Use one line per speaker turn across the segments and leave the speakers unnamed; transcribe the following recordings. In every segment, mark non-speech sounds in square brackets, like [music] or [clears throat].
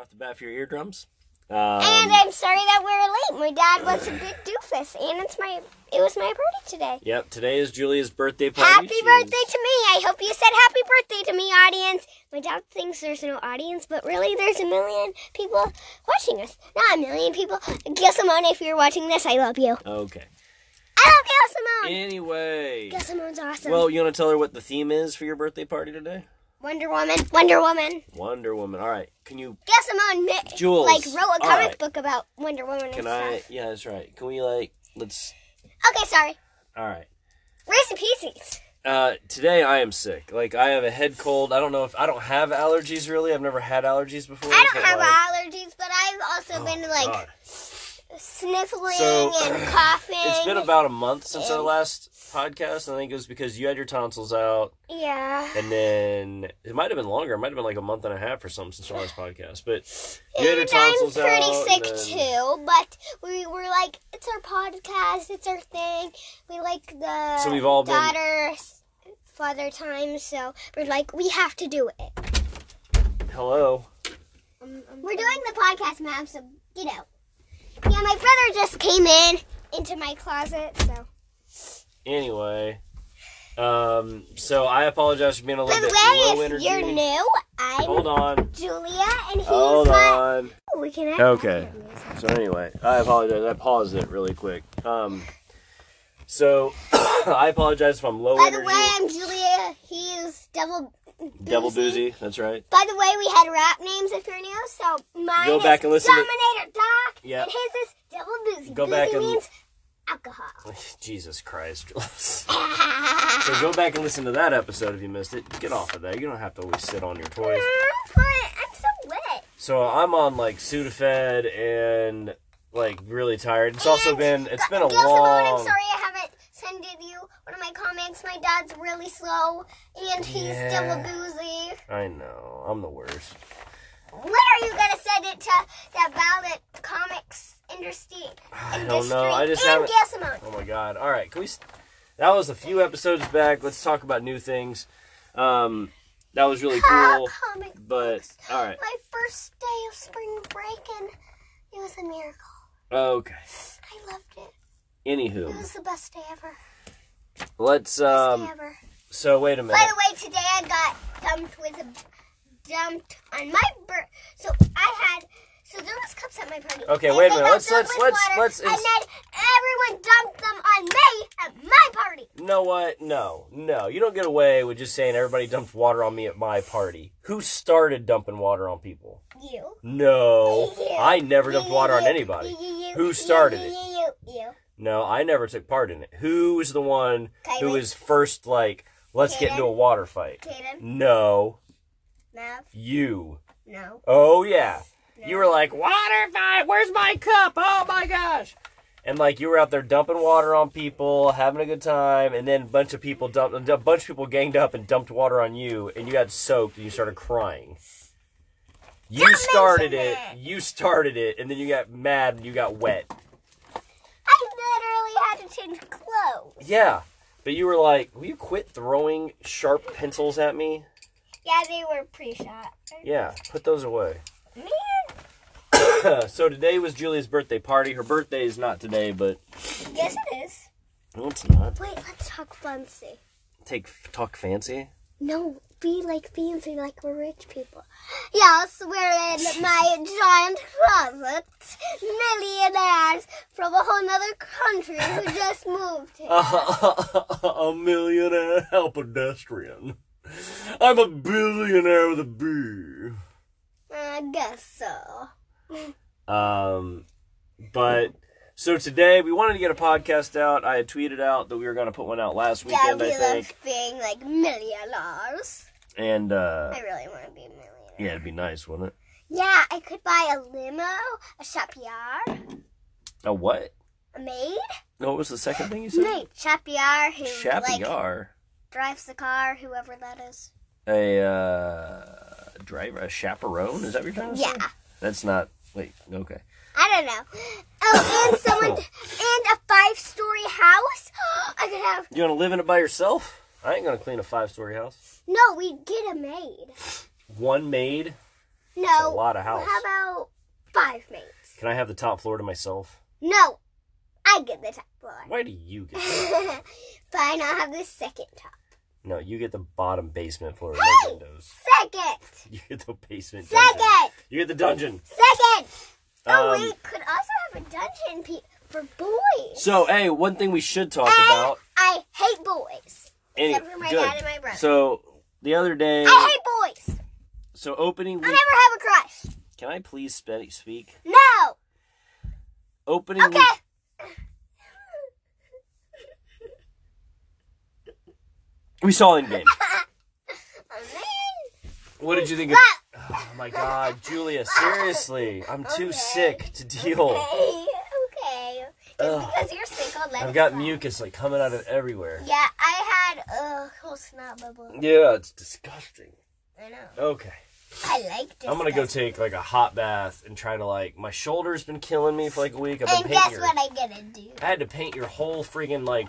off the bat for your eardrums.
And
Um,
I'm sorry that we we're late. My dad was a big doofus, and it's my it was my birthday today.
yep, today is Julia's birthday party.
Happy
She
birthday
is-
to me! I hope you said happy birthday to me, audience. My dad thinks there's no audience, but really there's a million people watching us. Not a million people. Gil Simone, if you're watching this, I love you.
Okay.
I love Gil Simone.
Anyway.
Gil Simone's awesome.
Well, you want to tell her what the theme is for your birthday party today?
Wonder Woman. Wonder Woman.
Wonder Woman. All right. Can you?
Gil Simone. ma-
Jules.
Like wrote a
All
comic
right.
book about Wonder Woman
Can
and
I?
stuff.
Yeah, that's right. Can we like? Let's.
Okay, sorry.
All right.
Rest in pieces.
Uh, today I am sick. Like I have a head cold. I don't know if I don't have allergies really. I've never had allergies before.
I don't
but,
have
like- Oh,
allergies, but I've also been like
God.
sniffling
So,
and coughing.
It's been about a month since our
And-
last podcast. I think it was because you had your tonsils out,
yeah.
and then it might have been longer. It might have been like a month and a half or something since our last podcast. But you had your
And I'm
tonsils out.
pretty
and
sick
then-
too, but we were like, it's our podcast, it's our thing. We like the
So we've all been-
daughter, s- father time, so we're like, we have to do it.
Hello.
We're doing the podcast, Mom, so get out. Yeah, my brother just came in into my closet, so.
Anyway, um, so I apologize for being a
By
little
the
bit low
way, if
energy.
you're new, I'm
Hold on.
Julia, and he's
Hold
my.
on.
Oh, we can act
Okay.
after this.
So anyway, I apologize. I paused it really quick. Um, so [coughs] I apologize if I'm low
By the
energy.
way, I'm Julia. He is double.
Double doozy. That's right. [laughs]
By the way, we had rap names if you're new, so mine
Go
is
back and listen to-
Dominator Doc,
Yeah.
and his is Double Boozy.
Go
Boozy
back and-
means alcohol. [laughs]
Jesus Christ. [laughs] so go back and listen to that episode if you missed it. Get off of that. You don't have to always sit on your toys.
but I'm so wet.
So I'm on like Sudafed and like really tired. It's also
And
been it's been a
Gil Simone, I'm
long.
sorry I haven't sent you one of my comics. My dad's really slow, and he's
Yeah.
Double Boozy.
I know. I'm the worst.
When are you gonna send it to that ballot comics industry?
I don't know. I just
and
haven't.
Gil Simone.
Oh my god. All right, can we s That was a few episodes back. Let's talk about new things. Um that was really cool,
comic
but all right.
My first day of spring break, and it was a miracle.
Okay.
I loved it. It
Anywho,
was the best day ever.
let's
Best day
um
ever.
so wait a
By
minute.
the way, today I got dumped with a dumped on my birth. So I had. So there was cups at my party.
Okay,
and
wait a
they
minute.
got
Let's-
filled
let's-
with
let's-
water, And
let's-
then everyone dumped them on me at my party.
You know what? No. No. You don't get away with just saying everybody dumped water on me at my party. Who started dumping water on people?
You.
No.
Yeah.
I never dumped
You,
water on
you,
anybody.
you, you, you,
Who
you,
started
you,
it?
You. You.
No, I never took part in it. Who was the one who
Kylie.
was first like, let's get into a water fight?
Kaden.
No.
Mav.
You.
No.
Oh yeah. You
No.
were like, water fight, where's my cup? Oh my gosh. And like you were out there dumping water on people, having a good time, and then a bunch of people dumped a bunch of people ganged up and dumped water on you and you got soaked and you started crying. You
Don't
started
mention
it.
that.
You started it and then you got mad and you got wet.
I literally had to change clothes.
Yeah. But you were like, Will you quit throwing sharp pencils at me?
Yeah, they were pre-shot.
Yeah, put those away. [laughs]
Man,
so today was Julia's birthday party. Her birthday is not today, but
yes it is.
no, it's not.
Wait, let's talk fancy.
take talk fancy.
No, be like fancy, like we're rich people. Yes, we're
[laughs]
in my giant closet. Millionaires from a whole other country who
[laughs]
just moved
Uh,
here.
[laughs] a millionaire a pedestrian. I'm a billionaire with a B.
I guess so.
Um, but so today we wanted to get a podcast out. I had tweeted out that we were going to put one out last
Yeah,
weekend,
we
I
love
think,
being like millionaires.
and uh,
I really want to be a millionaire.
yeah, it'd be nice, wouldn't it?
Yeah, I could buy a limo, a chapiar,
A what?
a maid,
What was the second thing you said?
maid, chapiar who like
Chapiar,
drives the car, whoever that is.
a uh, driver, a chaperone. Is that what you're trying to say?
Yeah.
That's not. Wait. Okay.
I don't know. Oh,
[coughs]
and someone, and a five-story house. [gasps] I could have.
You want to live in it by yourself? I ain't gonna clean a five-story house.
No, we get a maid.
One maid.
No.
a lot of house.
How about five mates?
Can I have the top floor to myself?
No. I get the top floor.
Why do you get that?
Fine, I'll have the second top.
No, you get the bottom basement floor with
[laughs]
no windows.
Second!
You get the basement dungeon.
Second!
You get the dungeon.
Second! oh,
Um,
we could also have a dungeon pe- for boys.
So, hey, one thing we should talk
And
about.
I hate boys.
Any,
Um, Except for my
good.
dad and my brother.
So, the other day,
I hate boys.
so opening
I
week.
never have a crush.
Can I please spe- speak?
No!
Opening
Okay.
week. We saw in game.
Amazing.
What did you think of? Oh my God, Julia! Seriously, I'm too
Okay.
sick to deal.
Okay. Okay. Just
Oh. Ugh.
because you're sick, I'll let
I've
it
got
slide.
mucus like coming out of everywhere.
Yeah, I had a whole snot bubble.
Yeah, it's disgusting.
I know.
Okay.
I liked it.
I'm gonna go take like a hot bath and try to like my shoulder's been killing me for like a week. I've been
And guess
painting. Your,
what I gotta do?
I had to paint your whole friggin' like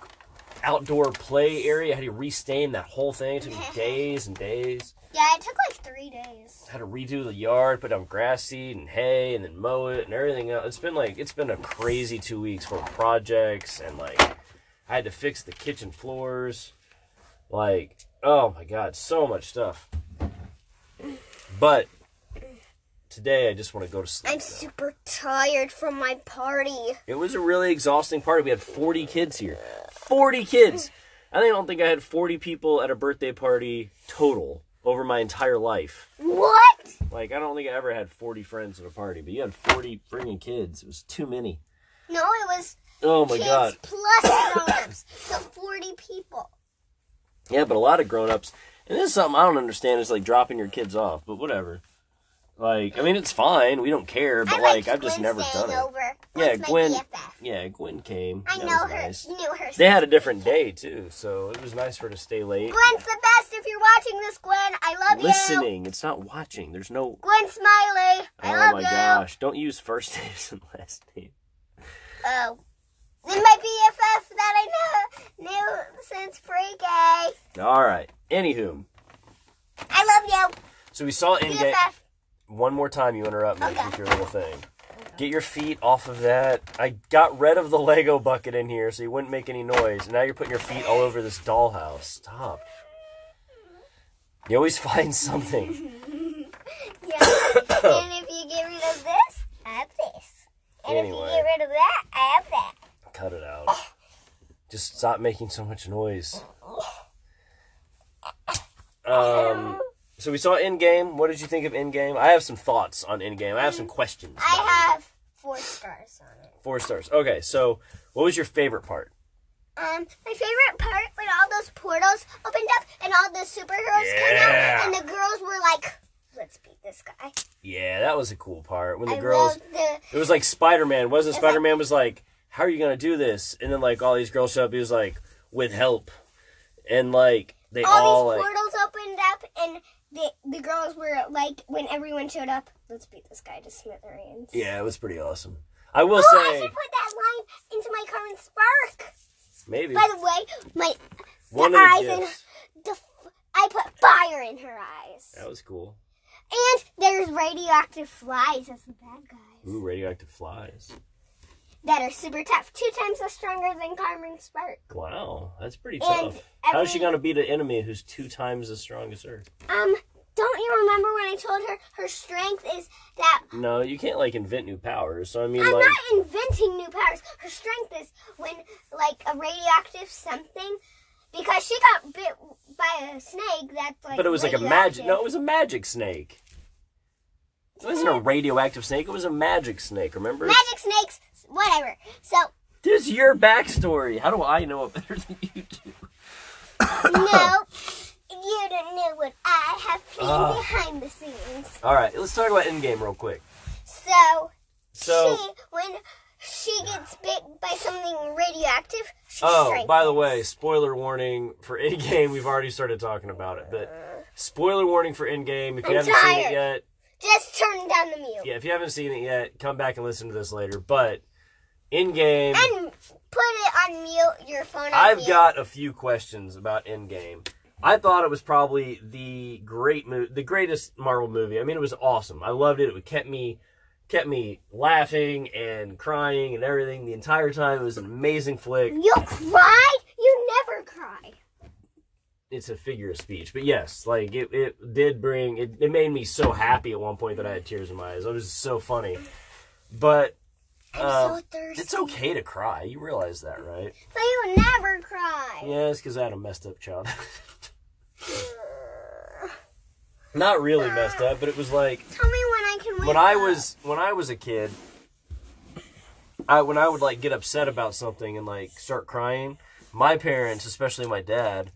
outdoor play area. I had to restain that whole thing.
[laughs]
It took me days and days.
Yeah, it took like three days.
I had to redo the yard, put down grass seed and hay, and then mow it and everything else. It's been like it's been a crazy two weeks for projects and like I had to fix the kitchen floors. Like, oh my god, so much stuff. But today I just want to go to sleep.
I'm super tired from my party.
It was a really exhausting party. We had 40 kids here. 40 kids. I think- I don't think I had 40 people at a birthday party total over my entire life.
What?
Like I don't think I ever had 40 friends at a party, but you had 40 friggin' kids. It was too many.
No, it was
Oh my
kids
god.
plus grown-ups, [coughs] so 40 people.
Yeah, but a lot of grown-ups. And this is something I don't understand is like dropping your kids off, but whatever. Like, I mean, it's fine. We don't care, but
I
like,
liked
I've just
Gwen
never
staying
done it.
over.
Yeah,
Gwen's my
Gwen.
BFF.
Yeah, Gwen came.
I
that
know
was
her.
nice.
Knew her.
They had a different day too, so it was nice for her to stay late.
Gwen's the best. If you're watching this, Gwen, I love you.
Listening, it's not watching. There's no.
Gwen Smiley, I
oh
love
my
you.
gosh! Don't use first names and last names.
Oh, then my BFF that I know knew since pre-K.
All right. Anywho,
I love
so we saw
you,
Endgame. [coughs]
BFF.
One more time, you interrupt me
Okay.
with your little thing. Get your feet off of that. I got rid of the Lego bucket in here so you wouldn't make any noise. And now you're putting your feet all over this dollhouse. Stop. You always [laughs] find something.
Yeah. and if you get rid of this, I have this. And if you
Anyway.
get rid of that, I have that.
Cut it out. Just stop making so much noise. Um, so we saw Endgame. What did you think of Endgame? I have some thoughts on Endgame. I have some questions. about it.
I have four stars on it.
Four stars. Okay, so what was your favorite part?
Um, my favorite part when all those portals opened up and all the superheroes
Yeah.
came out and the girls were like, "Let's beat this guy."
Yeah, that was a cool part. When the
I
girls.
love the
It was like Spider Man, wasn't it?
It's like-
Spider Man was like, "How are you gonna do this?" And then like all these girls show up. He was like, "With help," and like they all,
all these
like,
portals opened up and the the girls were like, when everyone showed up, "Let's beat this guy to smithereens."
yeah, it was pretty awesome. I will
Oh, I
say
should put that line into my current spark.
maybe
By the way, my
one
the
of
eyes
the
and-
gifs
the f- I put fire in her eyes.
that was cool.
And there's radioactive flies as the bad guys
Ooh, radioactive flies.
that are super tough, two times as stronger than Carmen Spark.
Wow, that's pretty
And
tough. How's she
every-
gonna beat an enemy who's two times as strong as her?
Um, don't you remember when I told her her strength is that
No, you can't like invent new powers. So I mean,
I'm
like,
not inventing new powers. Her strength is when like a radioactive something because she got bit by a snake that's like
but it was like a magic.
radioactive.
No, it was a magic snake. It wasn't a radioactive snake. It was a magic snake. Remember?
magic snakes whatever. So
[coughs] This is your backstory. How do I know it better than you do?
no you don't know what I have planned
Ah.
behind the scenes.
All right, let's talk about Endgame real quick.
So,
So,
she when she gets bit by something radioactive, she
oh,
shrinks.
by the way, spoiler warning for Endgame. We've already started talking about it, but spoiler warning for Endgame. If you
I'm
haven't seen it
tired.
yet,
just turn down the mute
yeah, if you haven't seen it yet, come back and listen to this later. But Endgame,
and put it on mute. Your phone. On
I've
mute.
got a few questions about Endgame. I thought it was probably the great movie, the greatest Marvel movie. I mean, it was awesome. I loved it. It kept me kept me laughing and crying and everything the entire time. It was an amazing flick.
You cried? You never cry.
It's a figure of speech, but yes, like it, it did bring it, it made me so happy at one point that I had tears in my eyes. It was so funny. But
I'm
Uh,
so thirsty.
it's okay to cry. You realize that, right?
But you never cry.
Yeah, it's because I had a messed up child. [laughs] Not really messed up, but it was like
Tell me when I can wake
when I
up.
was when I was a kid, I when I would like get upset about something and like start crying, my parents, especially my dad,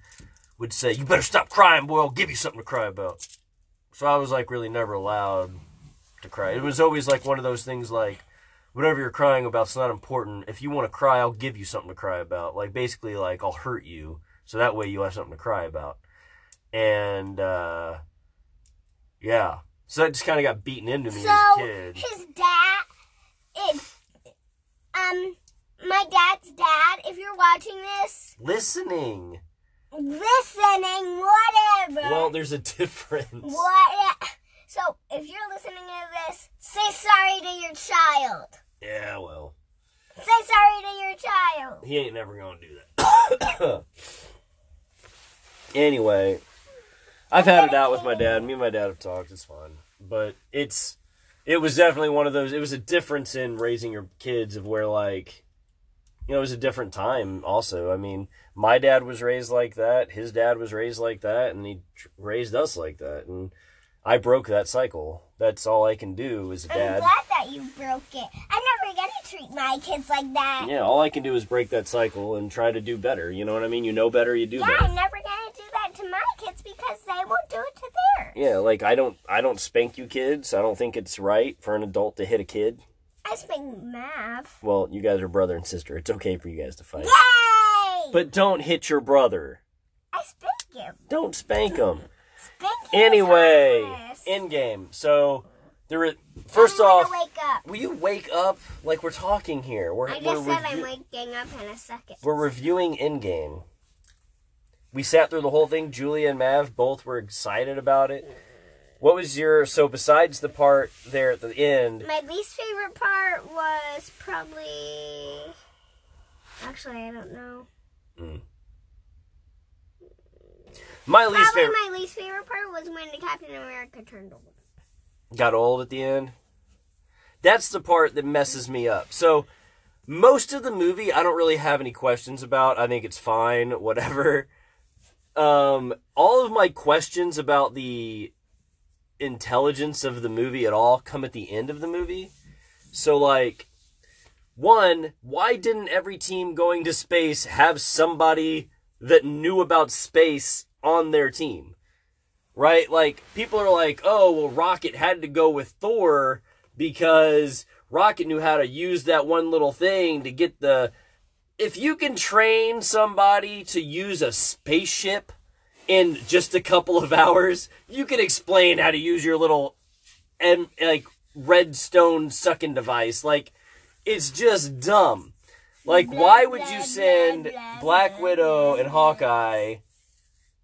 would say, "You better stop crying, boy. I'll give you something to cry about." So I was like really never allowed to cry. It was always like one of those things like whatever you're crying about's not important. If you want to cry, I'll give you something to cry about. Like basically like I'll hurt you so that way you have something to cry about. And uh yeah. So that just kind of got beaten into me as a
So
kid.
his dad, it, um, my dad's dad. If you're watching this,
Listening.
listening, whatever.
Well, there's a [laughs] difference.
what? So if you're listening to this, say sorry to your child.
Yeah, well,
Say sorry to your child.
he ain't never gonna do that. [coughs] anyway, I've had it out with my dad. Me and my dad have talked. It's fine, but it's it was definitely one of those. It was a difference in raising your kids of where like. You know, it was a different time. Also, I mean, my dad was raised like that. His dad was raised like that, and he tr- raised us like that. And I broke that cycle. That's all I can do as a
I'm
dad.
glad that you broke it. I'm never gonna treat my kids like that.
Yeah, all I can do is break that cycle and try to do better. You know what I mean? You know better, you do
Yeah,
better.
I'm never gonna do that to my kids because they won't do it to theirs.
Yeah, like I don't I don't spank you kids. I don't think it's right for an adult to hit a kid.
I speak math.
Well, you guys are brother and sister. It's okay for you guys to fight.
Yay!
But don't hit your brother.
I speak it.
Don't spank him.
Spanking is
Anyway,
harmless.
in game. So there is first
I'm
off,
gonna wake up.
will you wake up like we're talking here? We're
I just
we're
said I'm
review-
waking up in a second.
We're reviewing Endgame. We sat through the whole thing. Julia and Mav both were excited about it. What was your so besides the part there at the end?
My least favorite part was probably. Actually, I don't know.
My least
Probably
favorite
my least favorite part was when the Captain America turned over.
got old at the end. That's the part that messes me up. So most of the movie I don't really have any questions about. I think it's fine, [laughs] whatever. Um all of my questions about the intelligence of the movie at all come at the end of the movie. So like one, why didn't every team going to space have somebody that knew about space on their team? right? Like people are like, "Oh, well, Rocket had to go with Thor because Rocket knew how to use that one little thing to get the." If you can train somebody to use a spaceship in just a couple of hours, you can explain how to use your little and like redstone sucking device. Like, it's just dumb. Like, why would you send Black Widow and Hawkeye?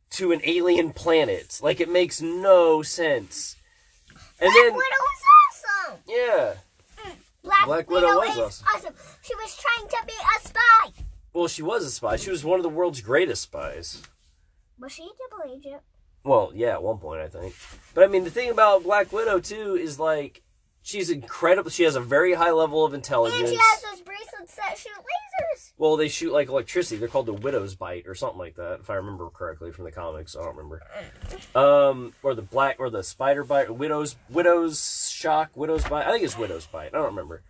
to an alien planet. Like it makes no sense. And
Black
then
Widow was awesome!
yeah,
Black,
Black Widow was
is
awesome.
She was trying to be a spy!
well she was a spy. She was one of the world's greatest spies.
Was she a double agent?
Well, yeah, at one point I think. But I mean, the thing about Black Widow too is like she's incredible. She has a very high level of
And
intelligence.
she has those bracelets that shoot lasers!
well, they shoot like electricity. They're called the Widow's Bite or something like that, if I remember correctly from the comics. I don't remember. Um, or the black or the spider bite, Widow's Widow's shock, Widow's bite. I think it's Widow's bite. I don't remember.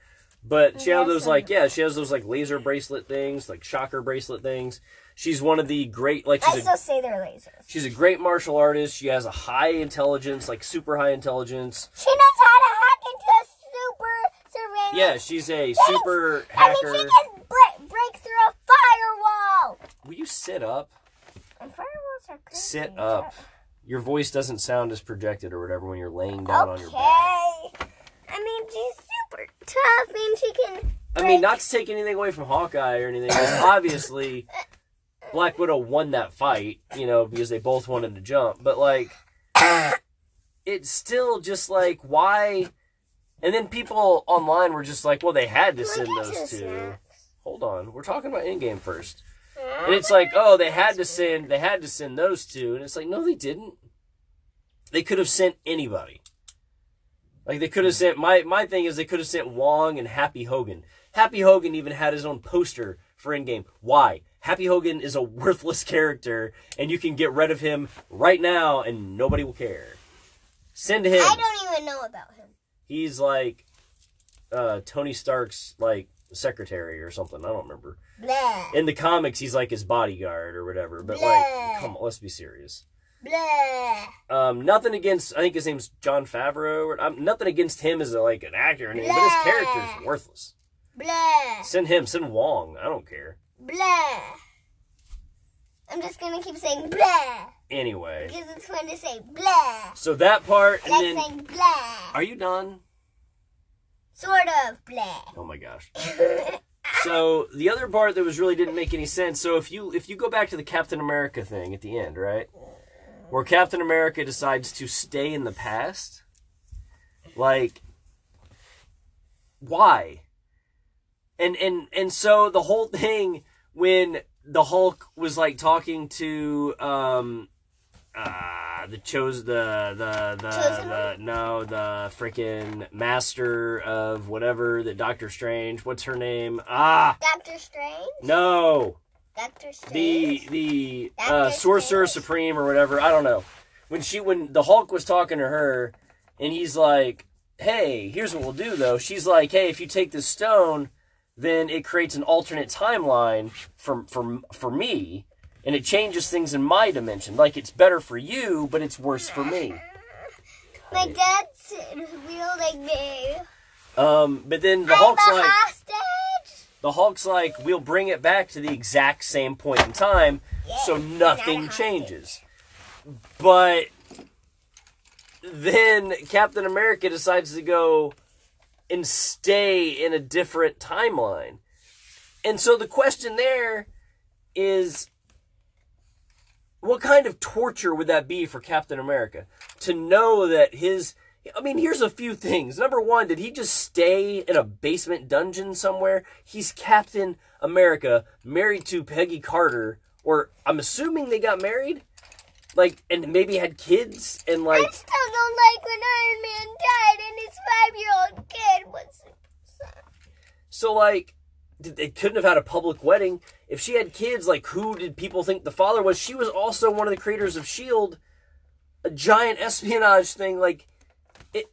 But she has those like yeah, she has those like laser bracelet things, like shocker bracelet things. She's one of the great like she's a
I still say they're lasers.
she's a great martial artist. She has a high intelligence, like super high intelligence.
She knows how to hack into a super surveillance.
Yeah, she's a
Yes!
super
I
hacker.
mean, she can bre- break through a firewall.
Will you sit up?
And firewalls are crazy.
Sit up. Your voice doesn't sound as projected or whatever when you're laying down on
Okay.
your back.
I mean, she's super tough, and she can.
I mean, not to take anything away from Hawkeye or anything. But obviously, Black Widow won that fight, you know, because they both wanted to jump. But like, it's still just like why? And then people online were just like, well, they had to send
Look at
those
this
two.
snack.
Hold on, we're talking about Endgame first. And it's like, oh, they had to send, they had to send those two, and it's like, no, they didn't. They could have sent anybody. Like they could have sent my my thing is they could have sent Wong and Happy Hogan. Happy Hogan even had his own poster for Endgame. Why? Happy Hogan is a [laughs] worthless character, and you can get rid of him right now, and nobody will care. Send him.
I don't even know about him.
He's like uh, Tony Stark's like secretary or something. I don't remember
Blah.
in the comics he's like his bodyguard or whatever but
Yeah.
like come on let's be serious
Blah.
um nothing against i think his name's john favreau or, um, nothing against him as a, like an actor or anything, but his character's worthless
Blah.
send him send wong i don't care
Blah. I'm just gonna keep saying blah
anyway
because it's fun to say blah.
so that part
Like
and then
saying blah.
are you done
Sort of blah.
oh my gosh so the other part that was really didn't make any sense so if you if you go back to the captain america thing at the end right where captain america decides to stay in the past like why and and and so the whole thing when the hulk was like talking to um uh the chose the the the,
Chosen
the no the freaking master of whatever that doctor strange what's her name ah
Doctor Strange.
no
Doctor Strange.
the the uh,
Doctor
sorcerer
Strange.
supreme or whatever i don't know when she when the hulk was talking to her and he's like hey here's what we'll do though she's like hey if you take this stone then it creates an alternate timeline for for for me and it changes things in my dimension like it's better for you but it's worse for me
My dad's wielding me.
um but then the
I'm a
hulk's like
hostage.
The Hulk's like, we'll bring it back to the exact same point in time, so nothing
not a
changes. But then Captain America decides to go and stay in a different timeline. And so the question there is what kind of torture would that be for Captain America to know that his I mean, here's a few things. Number one, did he just stay in a basement dungeon somewhere? He's Captain America, married to Peggy Carter, or I'm assuming they got married, like, and maybe had kids, and
I
like,
still don't like when Iron Man died and his five-year-old kid was.
so like, did- they couldn't have had a public wedding. If she had kids, like, who did people think the father was? She was also one of the creators of Shield, E a giant espionage thing. Like, it.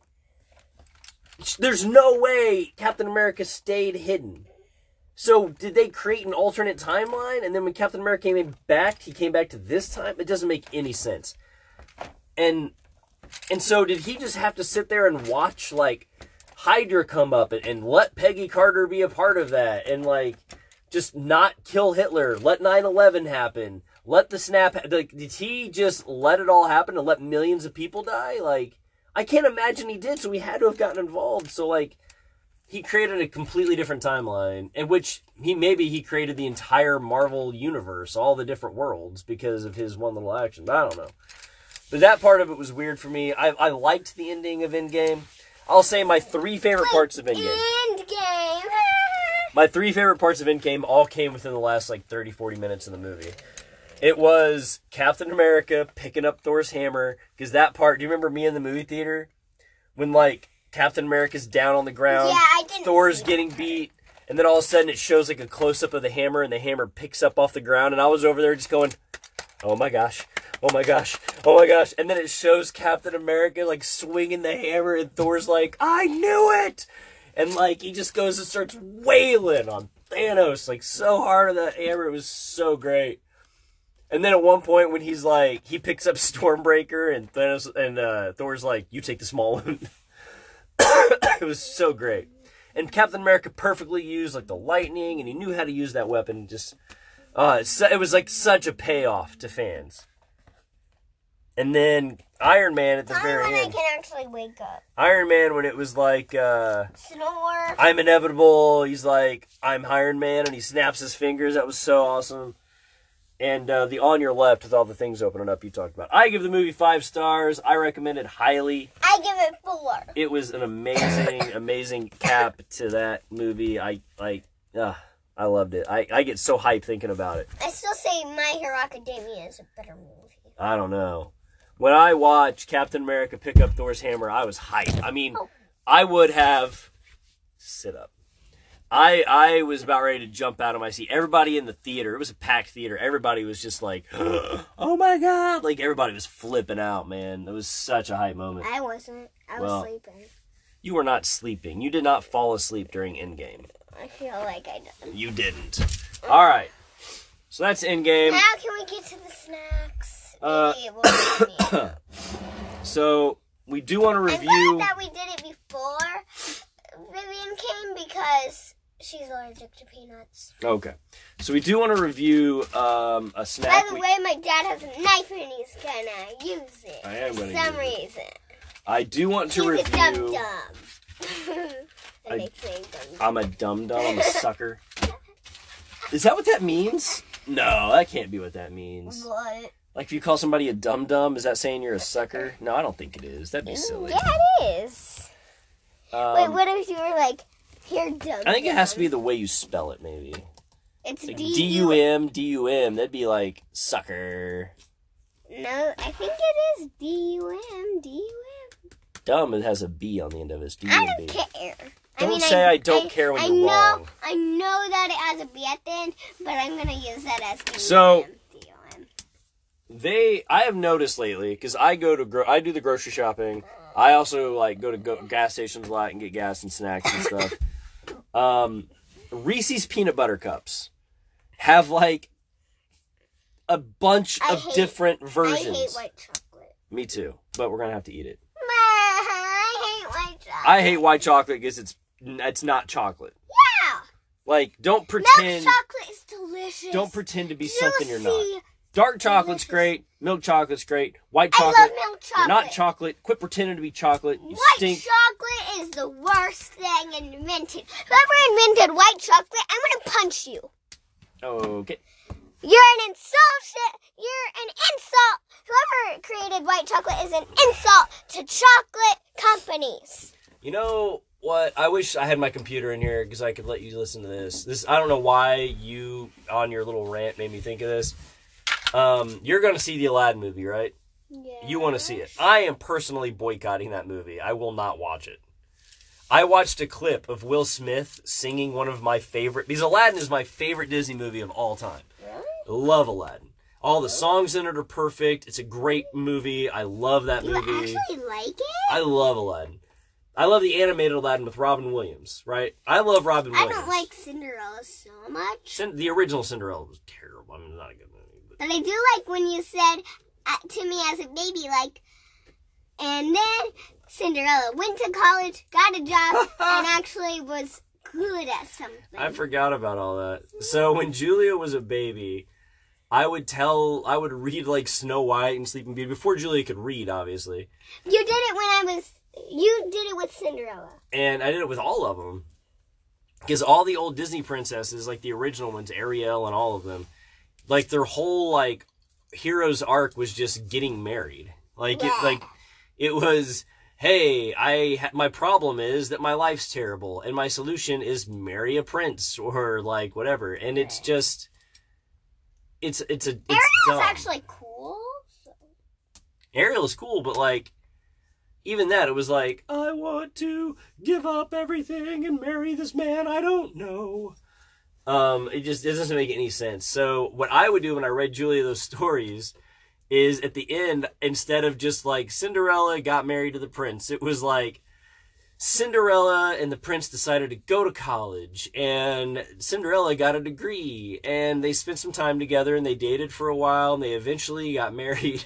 There's no way Captain America stayed hidden. So did they create an alternate timeline? And then when Captain America came in back, he came back to this time. It doesn't make any sense. And and so did he just have to sit there and watch like Hydra come up and, and let Peggy Carter be a part of that and like just not kill Hitler, let 9/11 happen, let the snap ha- like did he just let it all happen and let millions of people die? Like I can't imagine he did, so he had to have gotten involved. So like he created a completely different timeline in which he maybe he created the entire Marvel universe, all the different worlds because of his one little action. I don't know. But that part of it was weird for me. I, I liked the ending of Endgame. I'll say my three favorite parts of Endgame.
End game.
[laughs] My three favorite parts of Endgame all came within the last like 30, 40 minutes of the movie. It was Captain America picking up Thor's hammer because that part. Do you remember me in the movie theater when like Captain America's down on the ground,
Yeah, I didn't
Thor's
see that
getting beat, and then all of a sudden it shows like a close up of the hammer, and the hammer picks up off the ground, and I was over there just going, "Oh my gosh." Oh my gosh! Oh my gosh! And then it shows Captain America like swinging the hammer, and Thor's like, "I knew it!" and like he just goes and starts wailing on Thanos like so hard on that hammer. It was so great. And then at one point when he's like he picks up [laughs] Stormbreaker and Thanos and uh, Thor's like you take the small one. [coughs] it was so great. And Captain America perfectly used like the lightning and he knew how to use that weapon. Just uh, it's su- it was like such a payoff to fans. And then Iron Man at the
Time
very
when I
end.
can actually wake up.
Iron Man when it was like uh
Snore.
I'm inevitable. He's like, I'm Iron Man, and he snaps his fingers. That was so awesome. And uh, the on your left with all the things opening up you talked about. I give the movie five stars. I recommend it highly.
I give it four.
It was an amazing, amazing cap to that movie. I like, uh, I loved it. I, I get so hyped thinking about it.
I still say My Hero Academia is a better movie.
I don't know. When I watched Captain America pick up Thor's hammer, I was hyped. I mean, I would have sit up. I I was about ready to jump out of my seat. Everybody in the theater, it was a packed theater. Everybody was just like, [gasps] "Oh my god!" Like everybody was flipping out, man. It was such a hype moment.
I wasn't. I was
Well.
sleeping.
You were not sleeping. You did not fall asleep during Endgame.
I feel like I did.
You didn't. All right. So that's Endgame.
Now can we get to the snacks?
Uh,
Maybe it will
[coughs]
be me.
So we do want to
I'm
review.
glad that we did it before Vivian came because she's allergic to peanuts.
Okay. So we do want to review um, a
By
snack.
the
we-
way, my dad has a knife and he's gonna use it
I am
for
gonna
some
use
reason.
I do want to
he's a dumb
review.
dumb. [laughs]
I-
that makes me dumb.
I'm a dum dum.
[laughs]
I'm a sucker. Is that what that means? No, that can't be what that means.
What?
Like if you call somebody a dum dum, is that saying you're a sucker? No, I don't think it is. That'd be silly.
Mm, Yeah, it is. Wait,
Um,
what if you were like, here, dumb?
I think it has to be the way you spell it, maybe.
It's
Like
D
D U M D U M. That'd be like sucker.
No, I think it is D U M D U M.
Dumb. It has a B on the end of it. It's D U
I
M B.
don't care.
Don't say I don't care when
I know,
you're wrong.
I know that it has a B at the end, but I'm gonna use that as D-U-M,
So-
D-U-M.
they i have noticed lately because i go to gro- i do the grocery shopping i also like go to go- gas stations a lot and get gas and snacks and
[laughs]
stuff um reese's peanut butter cups have like a bunch
I
of
hate-
different
I
versions
hate white chocolate.
me too but we're gonna have to eat it
I hate white chocolate.
i hate white chocolate because it's it's not chocolate
yeah.
like don't
Milk
pretend
chocolate is delicious.
don't pretend to be something you're not
Juicy.
dark chocolate's
Delicious.
great milk chocolate's great white
I
chocolate
love milk chocolate.
You're not chocolate. Quit pretending to be chocolate. You
White
stink.
chocolate is the worst thing invented. Whoever invented white chocolate, I'm gonna punch you.
okay.
You're an insult. You're an insult. Whoever created white chocolate is an insult to chocolate companies.
You know what? I wish I had my computer in here because I could let you listen to this. This I don't know why you on your little rant made me think of this. Um, you're gonna see the Aladdin movie, right?
Yeah.
You want to see it. I am personally boycotting that movie. I will not watch it. I watched a clip of Will Smith singing one of my favorite because Aladdin is my favorite Disney movie of all time. Love Aladdin. All the songs in it are perfect. It's a great movie. I love that
You
movie.
actually like it?
I love Aladdin. I love the animated Aladdin with Robin Williams, right? I love Robin
I
Williams.
don't like Cinderella so much,
Cin- the original Cinderella was terrible. I mean, not a good movie. But
but I do like when you said uh, to me as a baby, like, and then Cinderella went to college, got a
[laughs]
job, and actually was good at something.
I forgot about all that. So when Julia was a baby, I would tell, I would read like Snow White and Sleeping Beauty before Julia could read, obviously.
you did it when I was. You did it with Cinderella.
and I did it with all of them because all the old Disney princesses, like the original ones, Ariel and all of them, like their whole like hero's arc was just getting married. Like
Yeah.
it, like it was. Hey, I ha- my problem is that my life's terrible, and my solution is marry a prince or like whatever. And it's just, it's it's a it's
Ariel's
dumb.
actually cool.
Ariel is cool, but like, even that, it was like, I want to give up everything and marry this man I don't know. Um, it just it doesn't make any sense. So what I would do when I read Julia those [laughs] stories is at the end, instead of just like Cinderella got married to the prince, it was like Cinderella and the prince decided to go to college, and Cinderella got a degree, and they spent some time together, and they dated for a while, and they eventually got [laughs] married,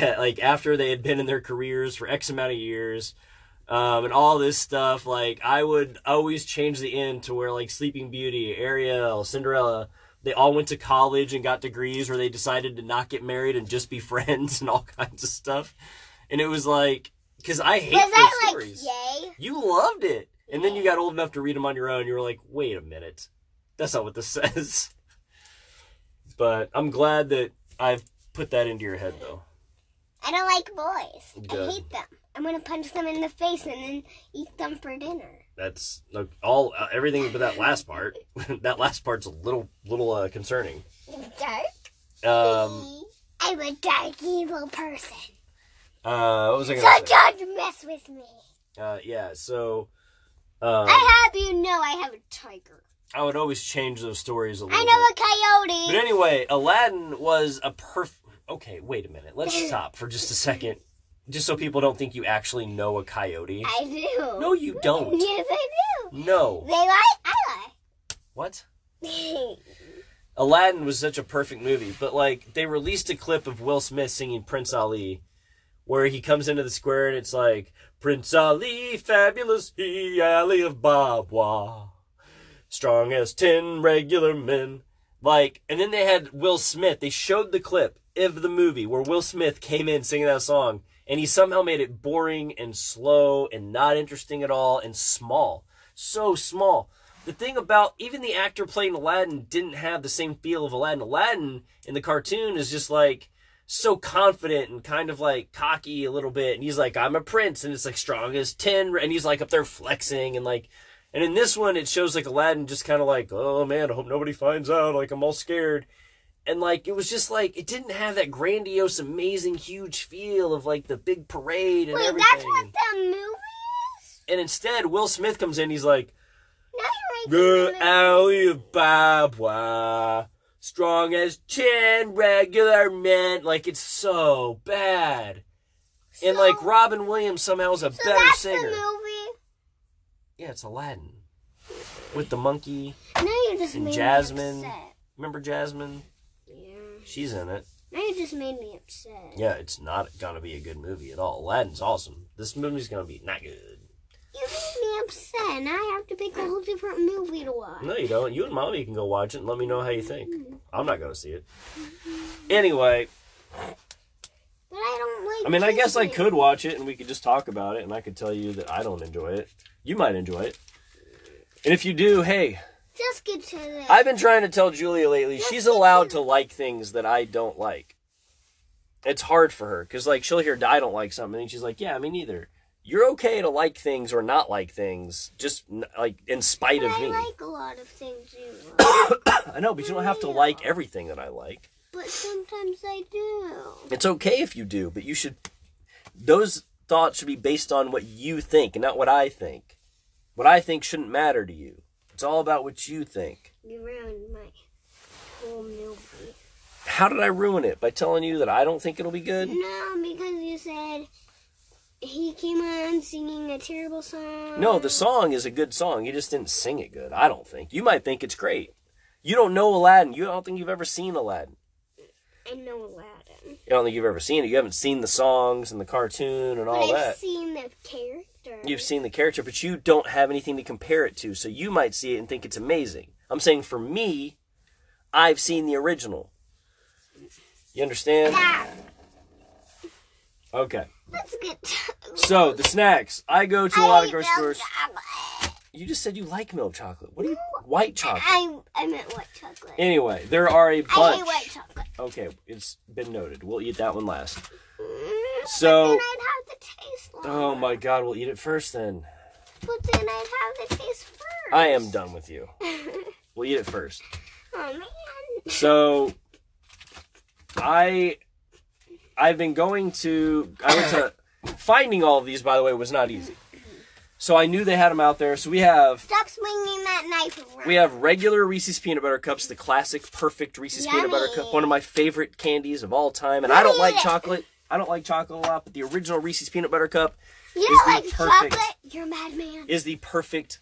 like after they had been in their careers for X amount of years, um, and all this stuff. Like I would always change the end to where like Sleeping Beauty, Ariel, Cinderella, they all went to college and got degrees, or they decided to not get married and just be [laughs] friends and all kinds of stuff. And it was like, because I hate
Was
those
I like
stories.
yay?
You loved it. And then you got old [laughs] enough to read them on your own. You were like, wait a minute. That's not what this says. But I'm glad that I've put that into your head, though.
I don't like boys. I
Good.
hate them. I'm gonna punch them in the face and then eat them for dinner.
That's like, all uh, everything but that last part. [laughs] that last part's a little little uh, concerning.
Dark.
Um,
I'm a dark evil person.
uh, what was I
So
gonna say?
don't mess with me.
Uh, yeah. So. Um,
I have you know I have a tiger.
I would always change those stories a
I
little. bit.
know a
But
coyote.
anyway, Aladdin was a perf. Okay, wait a minute. Let's stop for just a second, just so people don't think you actually know a coyote.
I do.
No, you
[laughs]
don't.
Yes, I do.
No.
They lie. [laughs] I
What?
lie.
Aladdin was such a perfect movie, but like they released a clip of Will Smith singing Prince Ali, where he comes into the square and it's like Prince Ali, fabulous he, Ali of Babwa, strong as ten regular men. Like, and then they had Will Smith. They showed the clip of the movie where Will Smith came in singing that song, and he somehow made it boring and slow and not interesting at all and small. So small. The thing about even the actor playing Aladdin didn't have the same feel of Aladdin. Aladdin in the cartoon is just like so confident and kind of like cocky a little bit. And he's like, I'm a prince. And it's like strong as 10. And he's like up there flexing and like, and in this one, it shows like Aladdin just kind of like, oh man, I hope nobody finds out. Like, I'm all scared. And like, it was just like, it didn't have that grandiose, amazing, huge feel of like the big parade and
Wait,
everything.
that's what the movie is?
And instead, Will Smith comes in. He's like,
Now you're
the
making me-
alley of Babwa. Strong as chin, regular men. Like, it's so bad. and,
So-
like, Robin Williams somehow is a
So
better
that's
singer.
the movie.
Yeah, it's Aladdin. With the monkey.
Now you just
And
made
Jasmine.
me upset.
Remember Jasmine?
Yeah.
She's in it.
Now you just made me upset.
Yeah, it's not gonna be a good movie at all. Aladdin's awesome. This movie's gonna be not good.
You made me upset. Now I have to pick a whole different movie to watch.
No, you don't. You and mommy can go watch it and let me know how you think. I'm not gonna see it. Anyway,
But I don't like
I mean, I guess I
[laughs] Disney.
could watch it and we could just talk about it and I could tell you that I don't enjoy it. You might enjoy it. And if you do, hey,
Just get to this.
I've been trying to tell Julia lately she's allowed to like things that I don't like. It's hard for her because, like, she'll hear I don't like something and she's like, yeah, me neither. You're okay to like things or not like things, just n- like in spite
But
of
I
me.
like a lot of things you like.
I know, but you don't have to like everything that I like.
but sometimes I do.
It's okay if you do, but you should. Those thoughts should be based on what you think and not what I think. What I think shouldn't matter to you. It's all about what you think.
You ruined my whole movie.
How did I ruin it? By telling you that I don't think it'll be good?
No, because you said he came on singing a terrible song.
No, the song is a good song. You just didn't sing it good. I don't think. You might think it's great. You don't know Aladdin. You don't think you've ever seen Aladdin.
I know Aladdin.
You don't think you've ever seen it. You haven't seen the songs and the cartoon and
But
all
I've
that.
seen the character.
You've seen the character, but you don't have anything to compare it to. So you might see it and think it's amazing. I'm saying for me, I've seen the original. You understand?
Ah,
Okay.
let's get to
So the snacks. I go to a lot of grocery stores.
I,
You just said you like milk chocolate. What do you white chocolate?
I, I meant white chocolate.
Anyway, there are a
I hate
bunch.
white chocolate.
Okay, it's been noted. We'll eat that one last.
Mm,
So-
But then I'd have the taste longer.
Oh my god, we'll eat it first then.
But then I'd have the taste first.
I am done with you. We'll eat it first.
[laughs] Oh man.
So I I've been going to I went to finding all of these by the way was not easy. So I knew they had them out there. So we have
Stop swinging that knife around.
we have regular Reese's peanut butter cups, the classic perfect Reese's peanut butter cup, one of my favorite candies of all time. And I don't like chocolate. I don't like chocolate a lot, but the original Reese's peanut butter cup
you
is
don't
the
like
perfect-
chocolate, you're a madman.
is the perfect.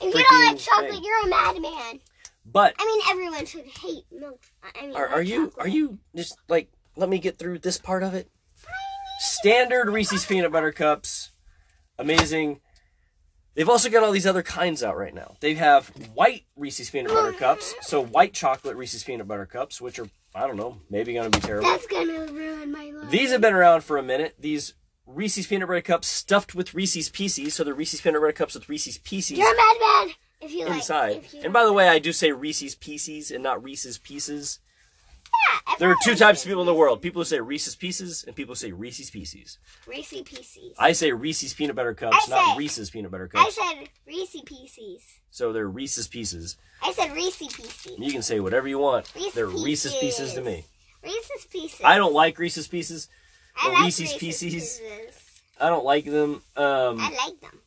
If you don't
freaking
like chocolate,
thing.
you're a madman.
But
I mean, everyone should hate milk. I mean,
Are,
white
are you
chocolate.
are you just like let me get through this part of it? Standard Reese's peanut butter cups, amazing. They've also got all these other kinds out right now. They have white Reese's peanut butter cups, so white chocolate Reese's peanut butter cups, which are I don't know, maybe gonna be terrible.
That's gonna ruin my life.
These have been around for a minute. These Reese's peanut butter cups stuffed with Reese's Pieces, so they're Reese's peanut butter cups with Reese's Pieces
You're a madman. If you like.
inside.
If you
And by the way, I do say Reese's Pieces and not Reese's Pieces.
I
There are
probably
two types of
did.
people in the world: people who say Reese's Pieces and people who say Reese's Pieces.
Reese's Pieces.
I say Reese's Peanut Butter Cups,
I
not
say-
Reese's Peanut Butter
I
Cups.
said Reese's Pieces.
so they're Reese's Pieces.
I said Reese's Pieces.
You can say whatever you want.
Reese's
they're Reese's Pieces to
Pieces.
me.
Reese's Pieces.
I don't like Reese's Pieces.
I
well,
like
Reese's Pieces.
Pieces.
I don't like them. Um,
I like them.